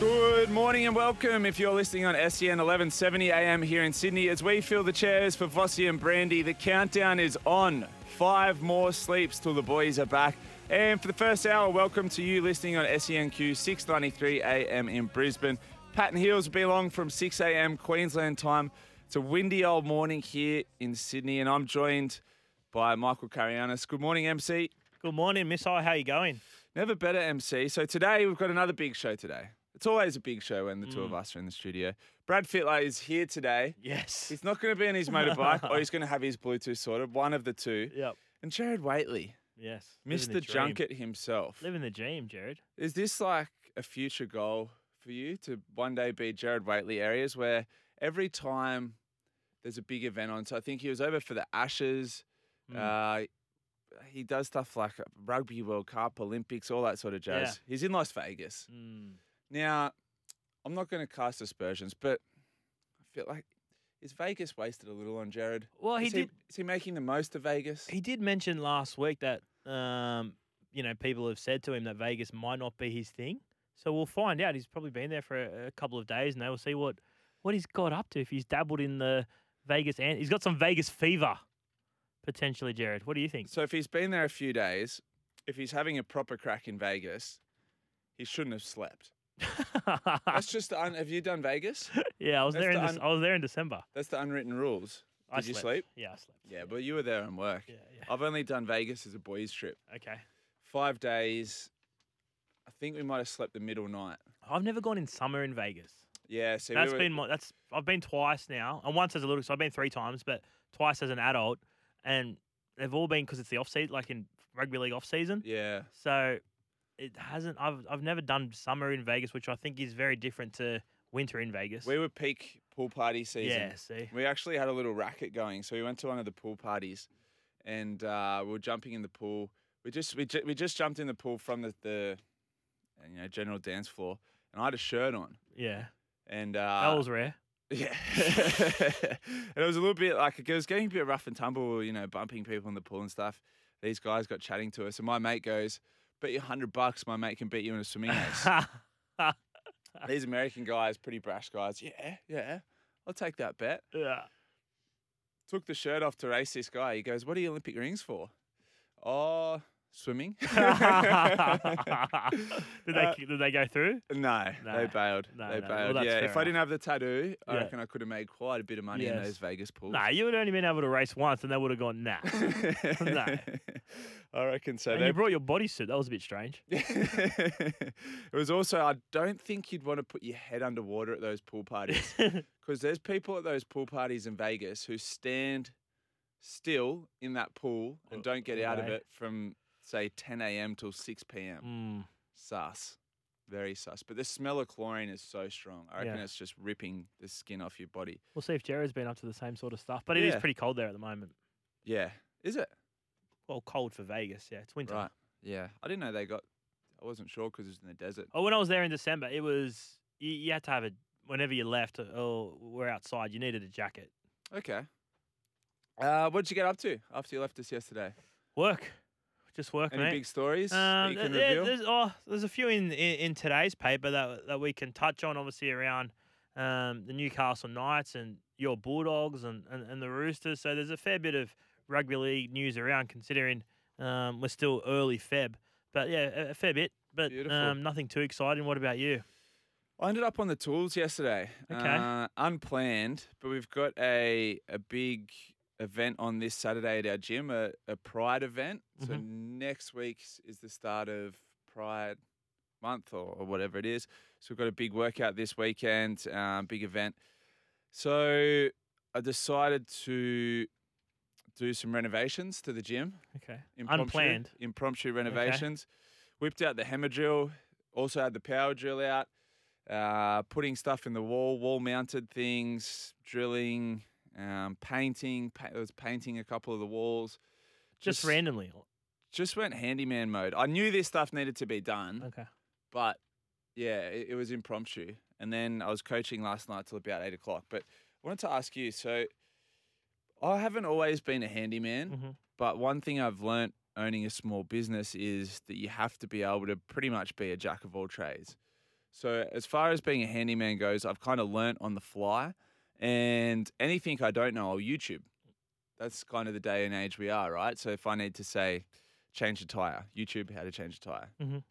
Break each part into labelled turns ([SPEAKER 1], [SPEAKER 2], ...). [SPEAKER 1] Good morning and welcome. If you're listening on E SEN 1170 AM here in Sydney, as we fill the chairs for Vossi and Brandy, the countdown is on. Five more sleeps till the boys are back. And for the first hour, welcome to you listening on E SENQ 693 AM in Brisbane. Patton Hills will be along from 6 AM Queensland time. It's a windy old morning here in Sydney, and I'm joined by Michael Carianis. Good morning, MC.
[SPEAKER 2] Good morning, Miss I. How you going?
[SPEAKER 1] Never better, MC. So today we've got another big show today. It's always a big show when the two of
[SPEAKER 2] Mm.
[SPEAKER 1] us are in the studio. Brad Fitler is here today.
[SPEAKER 2] Yes.
[SPEAKER 1] He's not going to be on his motorbike, or he's going to have his Bluetooth sorted, one of the two.
[SPEAKER 2] Yep.
[SPEAKER 1] And Jared Waitley,
[SPEAKER 2] Yes.
[SPEAKER 1] Mr.
[SPEAKER 2] Living the dream.
[SPEAKER 1] Junket himself.
[SPEAKER 2] Living the dream, Jared.
[SPEAKER 1] Is this like a future goal for you to one day be Jared Waitley areas where every time there's a big event on? So I think he was over for the Ashes.
[SPEAKER 2] Mm.
[SPEAKER 1] Uh, he does stuff like Rugby World Cup, Olympics, all that sort of
[SPEAKER 2] Yeah.
[SPEAKER 1] jazz. He's in Las Vegas.
[SPEAKER 2] Mm.
[SPEAKER 1] Now, I'm not going to cast aspersions, but I feel like is Vegas wasted a little on Jared?
[SPEAKER 2] Well, Oh, he
[SPEAKER 1] is
[SPEAKER 2] did-
[SPEAKER 1] Is he making the most of Vegas?
[SPEAKER 2] He did mention last week that um, you know people have said to him that Vegas might not be his thing. So we'll find out. He's probably been there for a, a couple of days, and they will see what what he's got up to. If he's dabbled in the Vegas, and he's got some Vegas fever potentially, Jared. What do you think?
[SPEAKER 1] so if he's been there a few days, if he's having a proper crack in Vegas, he shouldn't have slept. That's just the un- have you done Vegas?
[SPEAKER 2] yeah, I was
[SPEAKER 1] that's
[SPEAKER 2] there. In
[SPEAKER 1] the
[SPEAKER 2] Dec-
[SPEAKER 1] un-
[SPEAKER 2] I was there in December.
[SPEAKER 1] That's the unwritten rules. Did
[SPEAKER 2] I
[SPEAKER 1] you
[SPEAKER 2] slept.
[SPEAKER 1] sleep?
[SPEAKER 2] Yeah, I slept.
[SPEAKER 1] Yeah, but you were there and work.
[SPEAKER 2] Yeah, yeah.
[SPEAKER 1] I've only done Vegas as a boys' trip.
[SPEAKER 2] Okay.
[SPEAKER 1] Five days. I think we might have slept the middle night.
[SPEAKER 2] I've never gone in summer in Vegas.
[SPEAKER 1] Yeah, so
[SPEAKER 2] That's
[SPEAKER 1] we were,
[SPEAKER 2] been my, that's I've been twice now, and once as a little. So I've been three times, but twice as an adult, and they've all been because it's the off season, like in rugby league off season.
[SPEAKER 1] yeah.
[SPEAKER 2] So it hasn't. I've I've never done summer in Vegas, which I think is very different to winter in Vegas.
[SPEAKER 1] We were peak pool party season.
[SPEAKER 2] yeah, see,
[SPEAKER 1] We actually had a little racket going, so we went to one of the pool parties, and uh, we were jumping in the pool. We just we, ju- we just jumped in the pool from the, the uh, you know general dance floor, and I had a shirt on,
[SPEAKER 2] yeah,
[SPEAKER 1] and
[SPEAKER 2] that
[SPEAKER 1] uh,
[SPEAKER 2] was rare.
[SPEAKER 1] yeah, and it was a little bit like it was getting a bit rough and tumble, we were, you know, bumping people in the pool and stuff. These guys got chatting to us, and my mate goes, "Bet you hundred bucks, my mate can beat you in a swimming race." These American guys, pretty brash guys, yeah, yeah, I'll take that bet.
[SPEAKER 2] yeah.
[SPEAKER 1] took the shirt off to race this guy. He goes, "What are your Olympic rings for?" Oh, swimming.
[SPEAKER 2] did they
[SPEAKER 1] Uh,
[SPEAKER 2] did they go through?
[SPEAKER 1] no, they
[SPEAKER 2] No,
[SPEAKER 1] bailed.
[SPEAKER 2] no,
[SPEAKER 1] they
[SPEAKER 2] no. Well,
[SPEAKER 1] bailed.
[SPEAKER 2] that's
[SPEAKER 1] yeah,
[SPEAKER 2] fair
[SPEAKER 1] if I
[SPEAKER 2] enough.
[SPEAKER 1] didn't have the tattoo, I
[SPEAKER 2] Yeah.
[SPEAKER 1] reckon I could have made quite a bit of money in
[SPEAKER 2] Yes.
[SPEAKER 1] those Vegas pools.
[SPEAKER 2] Nah, you would only been able to race once, and they would have gone nah. no.
[SPEAKER 1] I reckon so.
[SPEAKER 2] and you brought your bodysuit. That was a bit strange.
[SPEAKER 1] They- it was also, I don't think you'd want to put your head underwater at those pool parties because there's people at those pool parties in Vegas who stand still in that pool and don't get out of
[SPEAKER 2] Oh, okay.
[SPEAKER 1] it from say 10 a.m. till 6 p.m.
[SPEAKER 2] Mm.
[SPEAKER 1] Sus. Very sus. But the smell of chlorine is so strong. I reckon
[SPEAKER 2] Yeah.
[SPEAKER 1] it's just ripping the skin off your body.
[SPEAKER 2] We'll see if Jared's been up to the same sort of stuff. But it is
[SPEAKER 1] Yeah.
[SPEAKER 2] pretty cold there at the moment.
[SPEAKER 1] Yeah. Is it?
[SPEAKER 2] Well, cold for Vegas. Yeah, it's winter.
[SPEAKER 1] Right. Yeah. I didn't know they got. I wasn't sure because it was in the desert.
[SPEAKER 2] Oh, when I was there in December, it was you, you had to have a whenever you left or were outside, you needed a jacket.
[SPEAKER 1] Okay. Uh, what did you get up to after you left us yesterday?
[SPEAKER 2] Work, just work,
[SPEAKER 1] Any
[SPEAKER 2] mate.
[SPEAKER 1] big stories that
[SPEAKER 2] Um,
[SPEAKER 1] you can
[SPEAKER 2] th- yeah,
[SPEAKER 1] reveal?
[SPEAKER 2] there's, oh, there's a few in, in, in today's paper that that we can touch on, obviously around um, the Newcastle Knights and your Bulldogs and, and, and the Roosters. So there's a fair bit of rugby league news around, considering um, we're still early Feb. But yeah, a, a fair bit, but
[SPEAKER 1] Beautiful.
[SPEAKER 2] um, nothing too exciting. What about you?
[SPEAKER 1] I ended up on the tools yesterday.
[SPEAKER 2] Okay.
[SPEAKER 1] Uh, unplanned, but we've got a a big event on this Saturday at our gym, a, a Pride event. So next week is the start of Pride month or, or whatever it is. So we've got a big workout this weekend, um, big event. So I decided to do some renovations to the gym
[SPEAKER 2] Okay.
[SPEAKER 1] impromptu,
[SPEAKER 2] Unplanned.
[SPEAKER 1] impromptu renovations. Whipped out the hammer drill. Also had the power drill out. Uh, putting stuff in the wall, wall mounted things, drilling, um, painting. Pa- I was painting a couple of the walls.
[SPEAKER 2] Just, randomly.
[SPEAKER 1] Just went handyman mode. I knew this stuff needed to be done,
[SPEAKER 2] Okay.
[SPEAKER 1] but yeah, it, it was impromptu. And then I was coaching last night till about eight o'clock. But I wanted to ask you. So I haven't always been a handyman.
[SPEAKER 2] hmm
[SPEAKER 1] But one thing I've learnt owning a small business is that you have to be able to pretty much be a jack of all trades. So as far as being a handyman goes, I've kind of learnt on the fly, and anything I don't know, I'll YouTube. That's kind of the day and age we are, right? So if I need to say, change a tire, YouTube how to change a tire,
[SPEAKER 2] Mhm.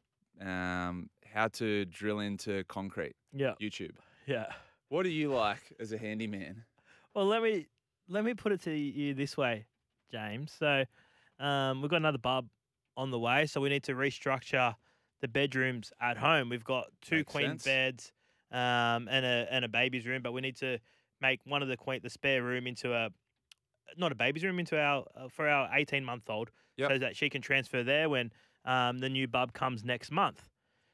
[SPEAKER 1] um, how to drill into concrete,
[SPEAKER 2] Yeah.
[SPEAKER 1] YouTube.
[SPEAKER 2] Yeah.
[SPEAKER 1] What do you like as a handyman?
[SPEAKER 2] Well, let me let me put it to you this way, James. So, um, we've got another bub on the way, so we need to restructure the bedrooms at home. We've got two
[SPEAKER 1] Makes
[SPEAKER 2] queen
[SPEAKER 1] sense.
[SPEAKER 2] beds um, and a and a baby's room, but we need to make one of the queen the spare room into a not a baby's room into our uh, for our eighteen month old,
[SPEAKER 1] Yep.
[SPEAKER 2] so that she can transfer there when um, the new bub comes next month.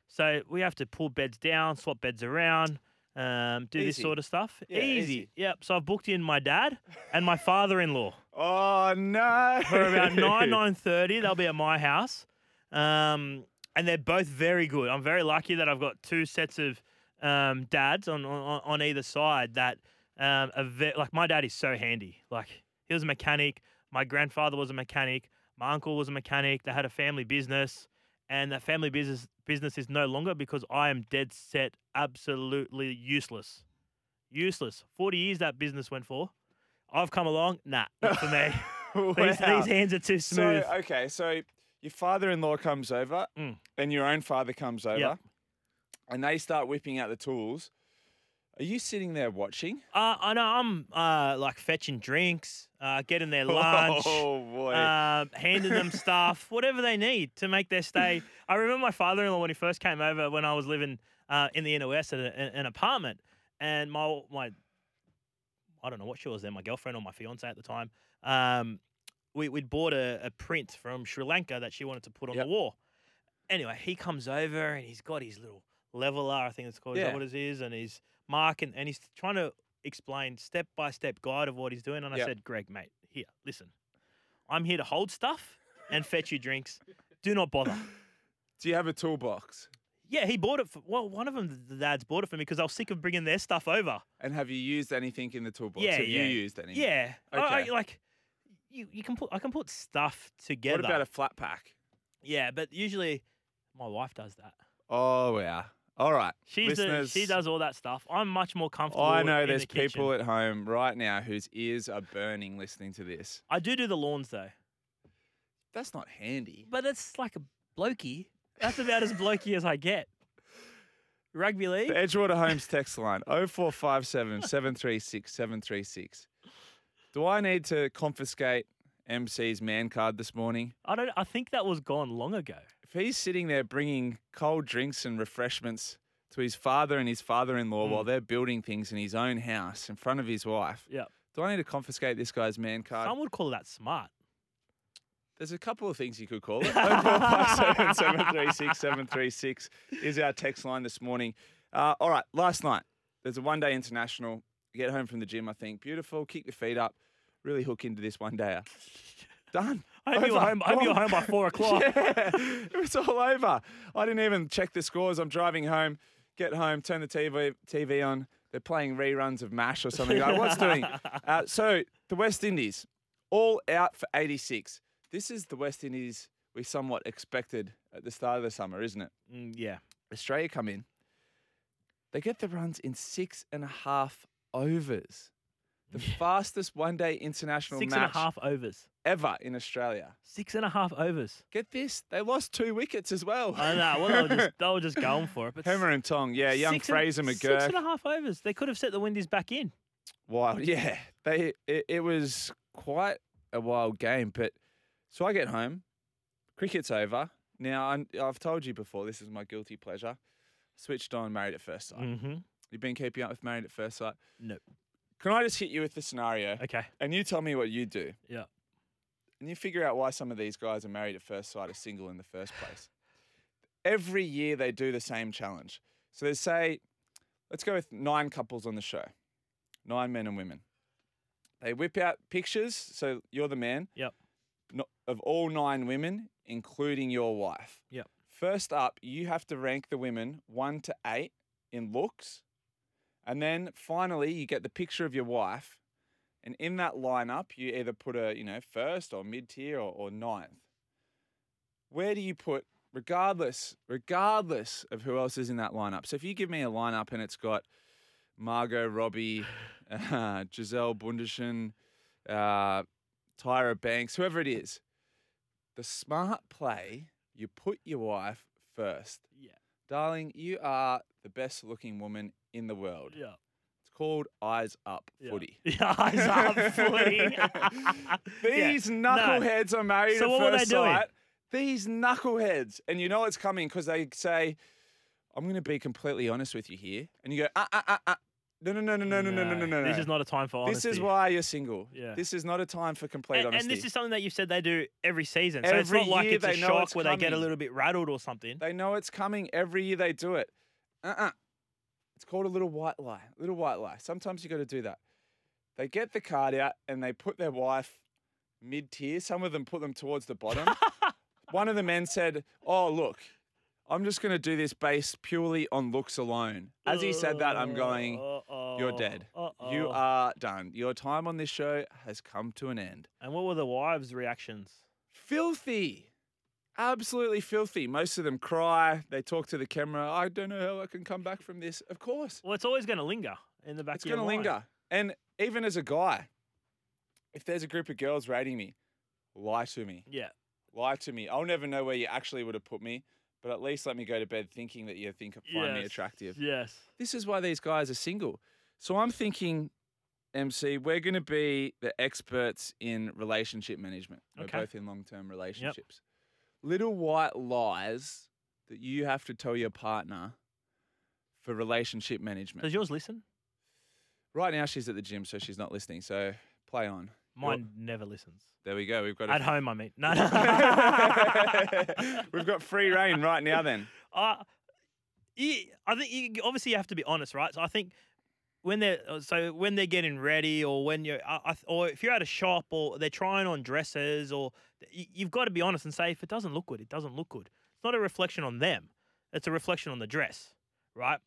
[SPEAKER 2] So we have to pull beds down, swap beds around, um, do this
[SPEAKER 1] Easy.
[SPEAKER 2] sort of stuff.
[SPEAKER 1] Yeah,
[SPEAKER 2] easy.
[SPEAKER 1] easy.
[SPEAKER 2] Yep. So I've booked in my dad and my father-in-law
[SPEAKER 1] Oh no!
[SPEAKER 2] for about nine nine thirty. They'll be at my house, um, and they're both very good. I'm very lucky that I've got two sets of um, dads on, on on either side that um, are ve- like my dad is so handy. Like he was a mechanic. My grandfather was a mechanic. My uncle was a mechanic. They had a family business, and that family business business is no longer because I am dead set, absolutely useless, useless. Forty years that business went for. I've come along, nah, not for me. These,
[SPEAKER 1] Wow.
[SPEAKER 2] these hands are too smooth.
[SPEAKER 1] So okay, so your father-in-law comes over,
[SPEAKER 2] Mm.
[SPEAKER 1] and your own father comes over,
[SPEAKER 2] Yep.
[SPEAKER 1] and they start whipping out the tools. Are you sitting there watching?
[SPEAKER 2] uh, I know I'm uh, like fetching drinks, uh, getting their lunch,
[SPEAKER 1] Oh boy!
[SPEAKER 2] um, handing them stuff, whatever they need to make their stay. I remember my father-in-law when he first came over when I was living uh, in the NOS at a, an apartment, and my my I don't know what she was then, my girlfriend or my fiance at the time. Um, we, we'd bought a, a print from Sri Lanka that she wanted to put on
[SPEAKER 1] Yep.
[SPEAKER 2] the wall. Anyway, he comes over and he's got his little leveler, I think it's called, is
[SPEAKER 1] Yeah.
[SPEAKER 2] that what it is? And he's marking and he's trying to explain step by step guide of what he's doing. And
[SPEAKER 1] Yep.
[SPEAKER 2] I said, Greg, mate, here, listen, I'm here to hold stuff and fetch you drinks. Do not bother.
[SPEAKER 1] Do you have a toolbox?
[SPEAKER 2] Yeah, he bought it for, well, one of them, the dads bought it for me because I was sick of bringing their stuff over.
[SPEAKER 1] And have you used anything in the toolbox?
[SPEAKER 2] Yeah,
[SPEAKER 1] have
[SPEAKER 2] yeah.
[SPEAKER 1] you used anything?
[SPEAKER 2] Yeah. I- I,
[SPEAKER 1] Okay.
[SPEAKER 2] like you, you can put I can put stuff
[SPEAKER 1] What
[SPEAKER 2] together.
[SPEAKER 1] about a flat pack?
[SPEAKER 2] yeah, but usually my wife does that.
[SPEAKER 1] Oh wow! All right,
[SPEAKER 2] She's the, she
[SPEAKER 1] listeners,
[SPEAKER 2] does all that stuff. I'm much more comfortable.
[SPEAKER 1] I know
[SPEAKER 2] in
[SPEAKER 1] there's
[SPEAKER 2] the kitchen.
[SPEAKER 1] people at home right now whose ears are burning listening to this.
[SPEAKER 2] I do do the lawns though,
[SPEAKER 1] That's not handy.
[SPEAKER 2] but it's like a blokey. That's about as blokey as I get. Rugby league.
[SPEAKER 1] The Edgewater Homes text line 0457 736 736. Do I need to confiscate MC's man card this morning?
[SPEAKER 2] I don't. I think that was gone long ago.
[SPEAKER 1] If he's sitting there bringing cold drinks and refreshments to his father and his father in law while they're building things in his own house in front of his wife,
[SPEAKER 2] Yeah.
[SPEAKER 1] do I need to confiscate this guy's man card?
[SPEAKER 2] Some would call that smart.
[SPEAKER 1] There's a couple of things you could call it. 0457 736 736 is our text line this morning. Uh, all right, last night, there's a one day international. Get home from the gym, I think. Beautiful. Kick your feet up. Really hook into this one day. Done.
[SPEAKER 2] I hope you're
[SPEAKER 1] Over.
[SPEAKER 2] home. I hope you're
[SPEAKER 1] Gone.
[SPEAKER 2] home by four o'clock.
[SPEAKER 1] Yeah, it was all over. I didn't even check the scores. I'm driving home, get home, turn the TV TV on. They're playing reruns of MASH or something. Like, what's doing? Uh, so the West Indies, all out for 86. This is the West Indies we somewhat expected at the start of the summer, isn't it?
[SPEAKER 2] Mm, yeah.
[SPEAKER 1] Australia come in. They get the runs in six and a half overs. the fastest one day international
[SPEAKER 2] Six and a
[SPEAKER 1] match
[SPEAKER 2] half overs.
[SPEAKER 1] ever in Australia.
[SPEAKER 2] Six and a half overs.
[SPEAKER 1] Get this, they lost two wickets as well.
[SPEAKER 2] I know. Well, they were just, they were just going for it. But
[SPEAKER 1] Hammer and Tong, yeah, young
[SPEAKER 2] six and-
[SPEAKER 1] Fraser
[SPEAKER 2] Six
[SPEAKER 1] McGurk.
[SPEAKER 2] and a half overs. They could have set the Windies back in.
[SPEAKER 1] wild. Yeah, they it, it was quite a wild game. But so I get home, cricket's over. Now i I've told you before, this is my guilty pleasure. Switched on Married at First Sight.
[SPEAKER 2] Mm-hmm.
[SPEAKER 1] You've been keeping up with Married at First Sight.
[SPEAKER 2] No.
[SPEAKER 1] Can I just hit you with the scenario,
[SPEAKER 2] Okay.
[SPEAKER 1] and you tell me what you do,
[SPEAKER 2] Yeah.
[SPEAKER 1] and you figure out why some of these guys are married at first sight or single in the first place. Every year they do the same challenge. So they say, let's go with nine couples on the show, nine men and women. They whip out pictures. So you're the man.
[SPEAKER 2] Yep.
[SPEAKER 1] no- of all nine women, including your wife.
[SPEAKER 2] Yep.
[SPEAKER 1] First up, you have to rank the women one to eight in looks. And then finally, you get the picture of your wife. And in that lineup, you either put a, you know, first or mid tier or, or ninth. Where do you put, regardless, regardless of who else is in that lineup? So if you give me a lineup and it's got Margot Robbie, uh, Giselle Bundchen, uh, Tyra Banks, whoever it is, the smart play, you put your wife first.
[SPEAKER 2] Yeah.
[SPEAKER 1] Darling, you are the best looking woman in the world.
[SPEAKER 2] Yeah.
[SPEAKER 1] It's called Eyes Up
[SPEAKER 2] yeah.
[SPEAKER 1] Footy.
[SPEAKER 2] Yeah, eyes up footy. Yeah.
[SPEAKER 1] These
[SPEAKER 2] No.
[SPEAKER 1] knuckleheads are married
[SPEAKER 2] So
[SPEAKER 1] at
[SPEAKER 2] what were they
[SPEAKER 1] first
[SPEAKER 2] doing?
[SPEAKER 1] sight. These knuckleheads. And you know it's coming because they say, I'm going to be completely honest with you here. And you go, uh, uh, uh, uh. No, no, no, no, no, no, no, no, no, no.
[SPEAKER 2] This is not a time for
[SPEAKER 1] This
[SPEAKER 2] honesty.
[SPEAKER 1] is why you're single.
[SPEAKER 2] Yeah.
[SPEAKER 1] This is not a time for complete
[SPEAKER 2] And,
[SPEAKER 1] honesty.
[SPEAKER 2] and this is something that you've said they do every season. So it's
[SPEAKER 1] Every
[SPEAKER 2] not like
[SPEAKER 1] year
[SPEAKER 2] it's a
[SPEAKER 1] they know
[SPEAKER 2] shock
[SPEAKER 1] it's
[SPEAKER 2] where they get a
[SPEAKER 1] coming.
[SPEAKER 2] little bit rattled or something.
[SPEAKER 1] They know it's coming. Every year they do it. Uh-uh. It's called a little white lie. Little white lie. Sometimes you got to do that. They get the card out and they put their wife mid tier. Some of them put them towards the bottom. One of the men said, "Oh look, I'm just going to do this based purely on looks alone." As he said that, I'm going, "You're dead. You are done. Your time on this show has come to an end."
[SPEAKER 2] And what were the wives' reactions?
[SPEAKER 1] filthy. Absolutely filthy. Most of them cry. They talk to the camera. I don't know how I can come back from this. Of course,
[SPEAKER 2] Well, it's always going to linger in the back.
[SPEAKER 1] it's
[SPEAKER 2] going to
[SPEAKER 1] linger. And even as a guy, if there's a group of girls rating me, lie to me.
[SPEAKER 2] Yeah.
[SPEAKER 1] Lie to me. I'll never know where you actually would have put me, but at least let me go to bed thinking that you think find me
[SPEAKER 2] Yes.
[SPEAKER 1] attractive.
[SPEAKER 2] Yes.
[SPEAKER 1] This is why these guys are single. So I'm thinking, MC, we're going to be the experts in relationship management. We're
[SPEAKER 2] Okay.
[SPEAKER 1] both in long term relationships. Little white lies that you have to tell your partner for relationship management.
[SPEAKER 2] Does yours listen?
[SPEAKER 1] right now, she's at the gym, so she's not listening. So play on.
[SPEAKER 2] Mine never listens.
[SPEAKER 1] There we go. We've got
[SPEAKER 2] At
[SPEAKER 1] a.
[SPEAKER 2] home, I mean. No. no.
[SPEAKER 1] We've got free reign right now, then.
[SPEAKER 2] I, you, I think you, obviously you have to be honest, right? So I think when they're uh, so when they're getting ready, or when you're, I, I, or if you're at a shop, or they're trying on dresses, or you, you've got to be honest and say if it doesn't look good, it doesn't look good. It's not a reflection on them; it's a reflection on the dress, right?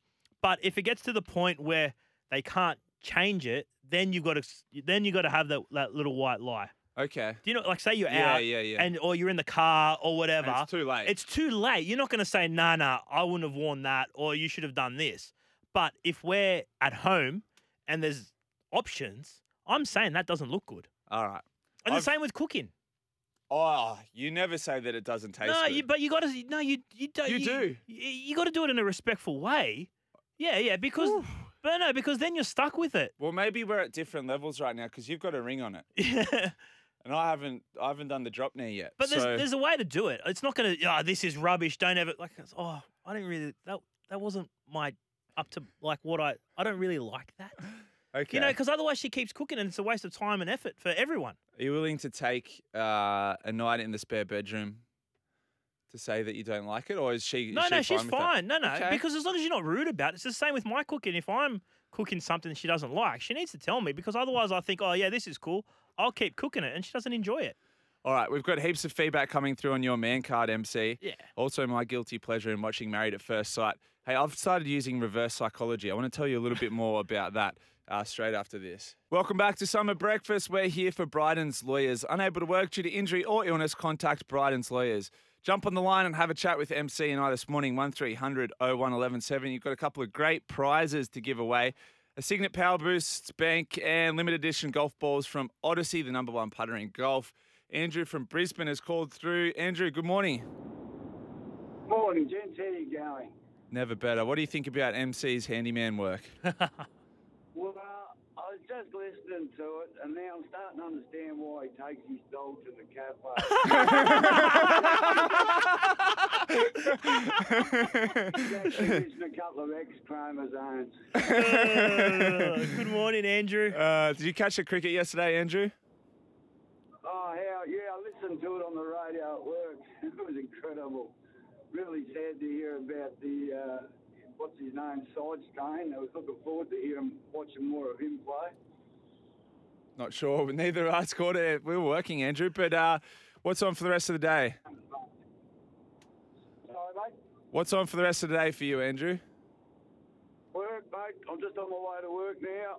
[SPEAKER 2] But if it gets to the point where they can't change it, then you've got to s- then you got to have that, that little white lie.
[SPEAKER 1] Okay.
[SPEAKER 2] Do you know? Like, say you're
[SPEAKER 1] Yeah,
[SPEAKER 2] out,
[SPEAKER 1] yeah, yeah.
[SPEAKER 2] and or you're in the car or whatever.
[SPEAKER 1] And it's too late.
[SPEAKER 2] It's too late. You're not going to say, nah, nah, I wouldn't have worn that or you should have done this. But if we're at home and there's options, I'm saying that doesn't look good.
[SPEAKER 1] All right.
[SPEAKER 2] And
[SPEAKER 1] I've-
[SPEAKER 2] the same with cooking.
[SPEAKER 1] Oh, you never say that it doesn't taste
[SPEAKER 2] no,
[SPEAKER 1] good.
[SPEAKER 2] you, but you got to, no, you, you don't.
[SPEAKER 1] You do.
[SPEAKER 2] You, got to do it in a respectful way. Yeah, yeah, because, but no, because then you're stuck with it.
[SPEAKER 1] Well, maybe we're at different levels right now because you've got a ring on it,
[SPEAKER 2] but
[SPEAKER 1] and I haven't. I haven't done the drop near yet.
[SPEAKER 2] there's,
[SPEAKER 1] so-
[SPEAKER 2] there's a way to do it. It's not going to, oh, this is rubbish. Don't ever, like, it's, oh, I didn't really, that, that wasn't my, up to, like, what I, I don't really like that.
[SPEAKER 1] okay.
[SPEAKER 2] You know, because otherwise she keeps cooking and it's a waste of time and effort for everyone.
[SPEAKER 1] Are you willing to take uh, a night in the spare bedroom to say that you don't like it, or is she? is
[SPEAKER 2] no,
[SPEAKER 1] she
[SPEAKER 2] no, she's
[SPEAKER 1] with that?
[SPEAKER 2] fine. No, no,
[SPEAKER 1] Okay.
[SPEAKER 2] because as long as you're not rude about it, it's the same with my cooking. If I'm cooking something she doesn't like, she needs to tell me because otherwise I think, oh yeah, this is cool. I'll keep cooking it, and she doesn't enjoy it.
[SPEAKER 1] All right, we've got heaps of feedback coming through on your man card, MC.
[SPEAKER 2] Yeah.
[SPEAKER 1] Also, my guilty pleasure in watching Married at First Sight. Hey, I've started using reverse psychology. I want to tell you a little bit more about that uh, straight after this. Welcome back to Summer Breakfast. We're here for Bryden's Lawyers. Unable to work due to injury or illness, contact Bryden's Lawyers. Jump on the line and have a chat with oh MC and I this morning, 1300 01 1170. You've got a couple of great prizes to give away. a Signet Power Boost Bank and limited edition golf balls from Odyssey, the number one putter in golf. Andrew from Brisbane has called through. Andrew, good morning.
[SPEAKER 3] Morning, gents. How you going?
[SPEAKER 1] Never better. What do you think about MC's handyman work?
[SPEAKER 3] Well, uh, I was just listening to it, and now I'm starting to understand why he takes his dog to the cafe. He's actually missing a couple of X chromosomes.
[SPEAKER 2] Uh, Good morning, Andrew.
[SPEAKER 1] Uh, did you catch the cricket yesterday, Andrew?
[SPEAKER 3] Oh, how? Yeah, I listened to it on the radio at work. It was incredible. Really sad to hear about the uh, what's his name, Sidestone. I was looking forward to hearing watching more of him play.
[SPEAKER 1] Not sure. but Neither of us caught it. We were working, Andrew. But uh, what's on for the rest of the day?
[SPEAKER 3] Sorry, mate.
[SPEAKER 1] What's on for the rest of the day for you, Andrew?
[SPEAKER 3] Work, mate. I'm just on my way to work now.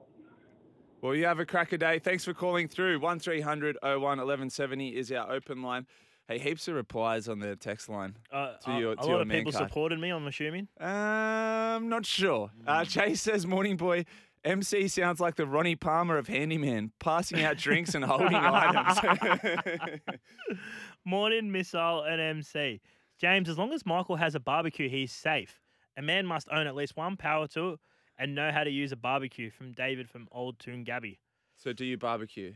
[SPEAKER 1] Well, you have a cracker day. Thanks for calling through. 1300 01 1170 is our open line. Hey, heaps of replies on the text line.
[SPEAKER 2] Uh,
[SPEAKER 1] to
[SPEAKER 2] a-
[SPEAKER 1] your-
[SPEAKER 2] a
[SPEAKER 1] to
[SPEAKER 2] lot
[SPEAKER 1] your
[SPEAKER 2] of
[SPEAKER 1] man
[SPEAKER 2] people
[SPEAKER 1] card.
[SPEAKER 2] supported me, I'm assuming.
[SPEAKER 1] Um, not sure. Uh, Chase says, Morning boy, MC sounds like the Ronnie Palmer of Handyman, passing out drinks and holding items.
[SPEAKER 2] Morning, Missile and MC. James, as long as Michael has a barbecue, he's safe. A man must own at least one power tool and know how to use a barbecue. From David from Old Toon Gabby.
[SPEAKER 1] so, do you barbecue?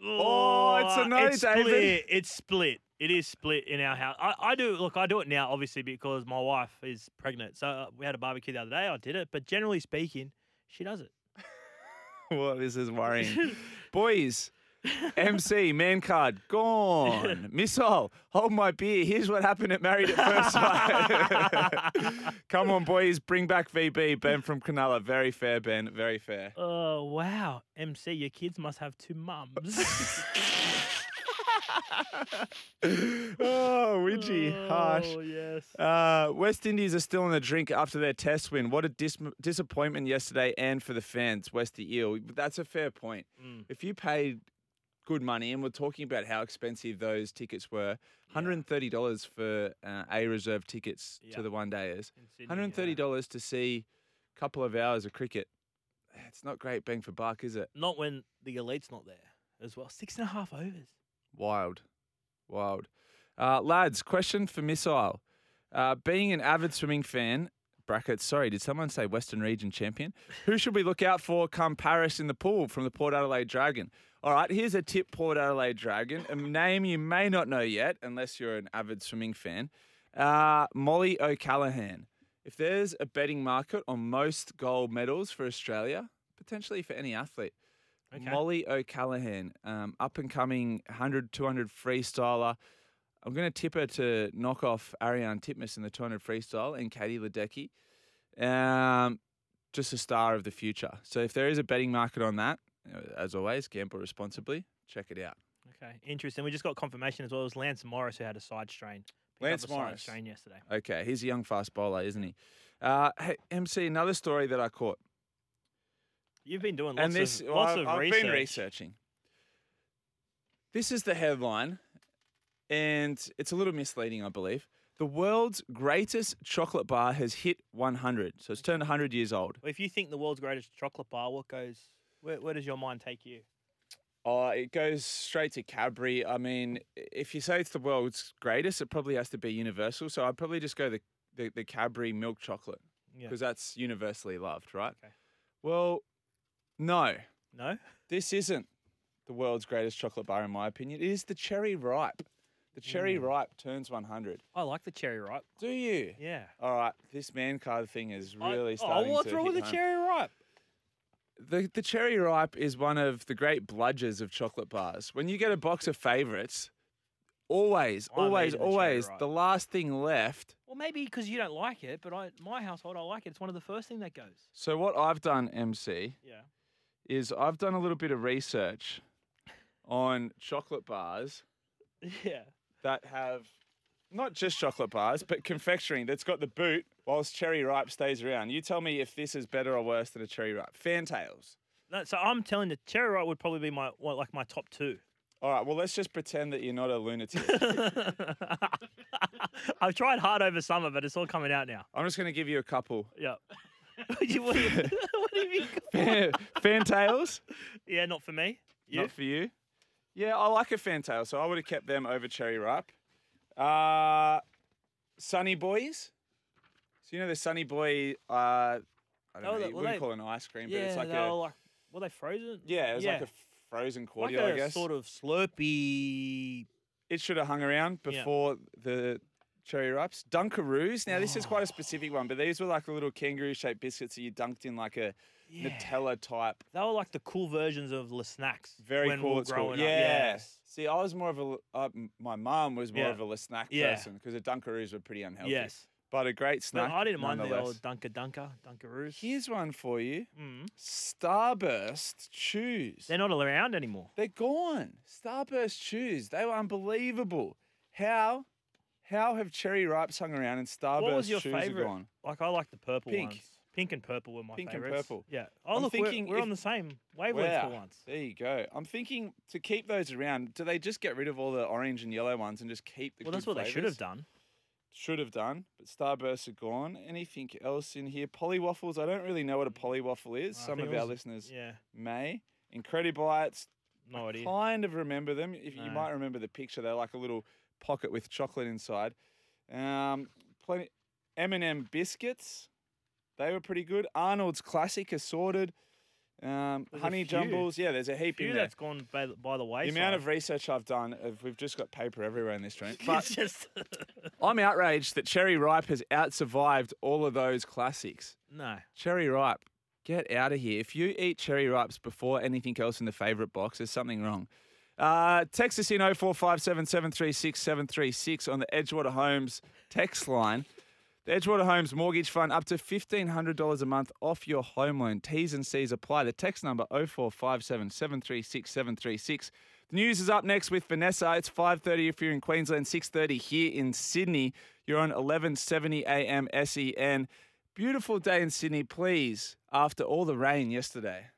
[SPEAKER 1] Oh, it's a
[SPEAKER 2] Uh,
[SPEAKER 1] no,
[SPEAKER 2] it's
[SPEAKER 1] David.
[SPEAKER 2] Split. It's split. It is split in our house. I, I do look. I do it now, obviously, because my wife is pregnant. So uh, we had a barbecue the other day. I did it, but generally speaking, she does it.
[SPEAKER 1] Well, this is worrying. Boys, MC, man card, gone. Missile, hold my beer. Here's what happened at Married at First Sight. Come on, boys, bring back VB. Ben from Cronulla. Very fair, Ben. Very fair.
[SPEAKER 2] Oh wow, MC, your kids must have two mums.
[SPEAKER 1] Oh, Widgie, harsh.
[SPEAKER 2] Oh yes.
[SPEAKER 1] Uh, West Indies are still in the drink after their test win. What a dis- disappointment yesterday and for the fans, Westy Eel. That's a fair point.
[SPEAKER 2] Mm,
[SPEAKER 1] If you paid good money, and we're talking about how expensive those tickets were $130 for uh, A reserve tickets
[SPEAKER 2] Yeah.
[SPEAKER 1] to the one dayers,
[SPEAKER 2] In Sydney, yeah.
[SPEAKER 1] $130 to see a couple of hours of cricket. It's not great bang for buck, is it?
[SPEAKER 2] Not when the elite's not there as well. Six and a half overs.
[SPEAKER 1] Wild. Wild. Uh, lads, question for Missile. Uh, being an avid swimming fan, brackets, sorry, did someone say Western Region champion? Who should we look out for come Paris in the pool from the Port Adelaide Dragon? All right, here's a tip, Port Adelaide Dragon, a name you may not know yet, unless you're an avid swimming fan. Uh, Molly O'Callaghan. If there's a betting market on most gold medals for Australia, potentially for any athlete,
[SPEAKER 2] Okay.
[SPEAKER 1] Molly O'Callaghan, um, up and coming 100, 200 freestyler. I'm going to tip her to knock off Ariane Titmus in the 200 freestyle and Katie Ledecky. Um, just a star of the future. So if there is a betting market on that, you know, as always, gamble responsibly. Check it out.
[SPEAKER 2] Okay. Interesting. We just got confirmation as well. It was Lance Morris who had a side strain. Picked up
[SPEAKER 1] Lance
[SPEAKER 2] a side
[SPEAKER 1] Morris.
[SPEAKER 2] strain yesterday.
[SPEAKER 1] Okay, he's a young fast bowler, isn't he? Uh, hey, MC, another story that I caught.
[SPEAKER 2] You've been doing lots
[SPEAKER 1] and this
[SPEAKER 2] of
[SPEAKER 1] well,
[SPEAKER 2] lots
[SPEAKER 1] I've,
[SPEAKER 2] of
[SPEAKER 1] I've
[SPEAKER 2] research.
[SPEAKER 1] been researching. This is the headline, and it's a little misleading, I believe. The world's greatest chocolate bar has hit 100, so it's turned 100 years old.
[SPEAKER 2] If you think the world's greatest chocolate bar, what goes? Where, where does your mind take you?
[SPEAKER 1] Oh, it goes straight to Cadbury. I mean, if you say it's the world's greatest, it probably has to be universal. So I'd probably just go the the, the Cadbury milk chocolate
[SPEAKER 2] Yeah.
[SPEAKER 1] because that's universally loved, right?
[SPEAKER 2] Okay.
[SPEAKER 1] Well, no,
[SPEAKER 2] No.
[SPEAKER 1] this isn't the world's greatest chocolate bar, in my opinion. It is the Cherry Ripe. The Cherry
[SPEAKER 2] Mm.
[SPEAKER 1] Ripe turns 100.
[SPEAKER 2] I like the cherry ripe.
[SPEAKER 1] Do you?
[SPEAKER 2] Yeah.
[SPEAKER 1] All right, this man card thing is
[SPEAKER 2] I-
[SPEAKER 1] really
[SPEAKER 2] oh,
[SPEAKER 1] starting
[SPEAKER 2] what's
[SPEAKER 1] to
[SPEAKER 2] wrong with
[SPEAKER 1] hit
[SPEAKER 2] the
[SPEAKER 1] home.
[SPEAKER 2] cherry ripe?
[SPEAKER 1] The, the Cherry Ripe is one of the great bludgers of chocolate bars. When you get a box of favorites, always,
[SPEAKER 2] I'm
[SPEAKER 1] always,
[SPEAKER 2] eating the Cherry
[SPEAKER 1] always,
[SPEAKER 2] Ripe.
[SPEAKER 1] the last thing left
[SPEAKER 2] Well, maybe because you don't like it, but I, my household, I like it. It's one of the first thing that goes.
[SPEAKER 1] So what I've done, MC,
[SPEAKER 2] Yeah.
[SPEAKER 1] is I've done a little bit of research on chocolate bars
[SPEAKER 2] Yeah.
[SPEAKER 1] that have not just chocolate bars, but confectionery that's got the boot whilst cherry ripe stays around. You tell me if this is better or worse than a cherry ripe. Fantails.
[SPEAKER 2] No, so I'm telling the cherry ripe would probably be my well, like my top two.
[SPEAKER 1] All right, well, let's just pretend that you're not a lunatic.
[SPEAKER 2] I've tried hard over summer, but it's all coming out now.
[SPEAKER 1] I'm just going to give you a couple.
[SPEAKER 2] Yeah. what do you- what do you mean?
[SPEAKER 1] fan, fan tails,
[SPEAKER 2] yeah, not for me. You?
[SPEAKER 1] not for you. Yeah, I like a fan tail, so I would have kept them over cherry ripe. Uh, Sunny Boys. So you know the Sunny Boy. Uh, I don't
[SPEAKER 2] Oh,
[SPEAKER 1] know.
[SPEAKER 2] the-
[SPEAKER 1] You
[SPEAKER 2] well,
[SPEAKER 1] wouldn't
[SPEAKER 2] they-
[SPEAKER 1] call it an ice cream, but
[SPEAKER 2] yeah,
[SPEAKER 1] it's like
[SPEAKER 2] they
[SPEAKER 1] a
[SPEAKER 2] were like were they frozen?
[SPEAKER 1] yeah, it's like a frozen
[SPEAKER 2] like
[SPEAKER 1] cordial,
[SPEAKER 2] a
[SPEAKER 1] I guess.
[SPEAKER 2] sort of slurpy.
[SPEAKER 1] It should have hung around
[SPEAKER 2] Yeah.
[SPEAKER 1] before the cherry ripes. Dunkaroos. Now this is
[SPEAKER 2] Oh.
[SPEAKER 1] quite a specific one, but these were like the little kangaroo-shaped biscuits that you dunked in like a
[SPEAKER 2] Yeah.
[SPEAKER 1] Nutella type
[SPEAKER 2] They were like the cool versions of the snacks.
[SPEAKER 1] Very
[SPEAKER 2] when
[SPEAKER 1] cool
[SPEAKER 2] we were
[SPEAKER 1] at school.
[SPEAKER 2] growing
[SPEAKER 1] yeah.
[SPEAKER 2] Up. Yes.
[SPEAKER 1] See, I was more of a. l- Uh, m- my mom was more
[SPEAKER 2] Yeah.
[SPEAKER 1] of a little snack
[SPEAKER 2] Yeah.
[SPEAKER 1] person because the Dunkaroos were pretty unhealthy.
[SPEAKER 2] Yes.
[SPEAKER 1] But a great
[SPEAKER 2] No,
[SPEAKER 1] snack.
[SPEAKER 2] I didn't mind the
[SPEAKER 1] nonetheless.
[SPEAKER 2] old Dunker Dunker Dunkaroos.
[SPEAKER 1] Here's one for you.
[SPEAKER 2] Mm.
[SPEAKER 1] Starburst chews.
[SPEAKER 2] They're not around anymore.
[SPEAKER 1] They're gone. Starburst chews. They were unbelievable. How, how have cherry ripes hung around and Starburst
[SPEAKER 2] what was your
[SPEAKER 1] chews are
[SPEAKER 2] favorite?
[SPEAKER 1] gone?
[SPEAKER 2] Like I like the purple
[SPEAKER 1] Pink.
[SPEAKER 2] ones. Pink and purple were my
[SPEAKER 1] Pink and
[SPEAKER 2] favorites.
[SPEAKER 1] purple.
[SPEAKER 2] Yeah. Oh
[SPEAKER 1] I'm
[SPEAKER 2] look, we're-
[SPEAKER 1] thinking
[SPEAKER 2] we're,
[SPEAKER 1] if-
[SPEAKER 2] on the same wavelength for
[SPEAKER 1] Wow.
[SPEAKER 2] once.
[SPEAKER 1] There you go. I'm thinking to keep those around. Do they just get rid of all the orange and yellow ones and just keep the?
[SPEAKER 2] Well, that's
[SPEAKER 1] good
[SPEAKER 2] what they should
[SPEAKER 1] flavours?
[SPEAKER 2] have done.
[SPEAKER 1] should have done, but Starbursts are gone. Anything else in here? Polywaffles. I don't really know what a polywaffle is.
[SPEAKER 2] I
[SPEAKER 1] Some
[SPEAKER 2] think
[SPEAKER 1] of
[SPEAKER 2] it
[SPEAKER 1] our
[SPEAKER 2] was-
[SPEAKER 1] listeners
[SPEAKER 2] Uh, Yeah.
[SPEAKER 1] may. Incredibites.
[SPEAKER 2] No idea.
[SPEAKER 1] Kind of remember them. If you
[SPEAKER 2] No.
[SPEAKER 1] might remember the picture, they're like a little pocket with chocolate inside. Um, plenty. M&M biscuits. They were pretty good. Arnold's classic assorted. Um,
[SPEAKER 2] There's a
[SPEAKER 1] honey
[SPEAKER 2] few.
[SPEAKER 1] jumbles. Yeah, there's a heap
[SPEAKER 2] Few
[SPEAKER 1] in there.
[SPEAKER 2] that's gone by, the- by the
[SPEAKER 1] The
[SPEAKER 2] way.
[SPEAKER 1] amount of research I've done, of, we've just got paper everywhere in this drink. But
[SPEAKER 2] just
[SPEAKER 1] I'm outraged that Cherry Ripe has outsurvived all of those classics.
[SPEAKER 2] no.
[SPEAKER 1] Cherry Ripe, get out of here. If you eat Cherry Ripes before anything else in the favourite box, there's something wrong. Uh, text us in 0457 736 736 on the Edgewater Homes text line. The Edgewater Homes Mortgage Fund, up to $1,500 a month off your home loan. T's and C's apply. The text number 0457 736 736. The news is up next with Vanessa. It's 5.30 if you're in Queensland, 6.30 here in Sydney. You're on 11.70 E a.m. SEN. Beautiful day in Sydney, please, after all the rain yesterday.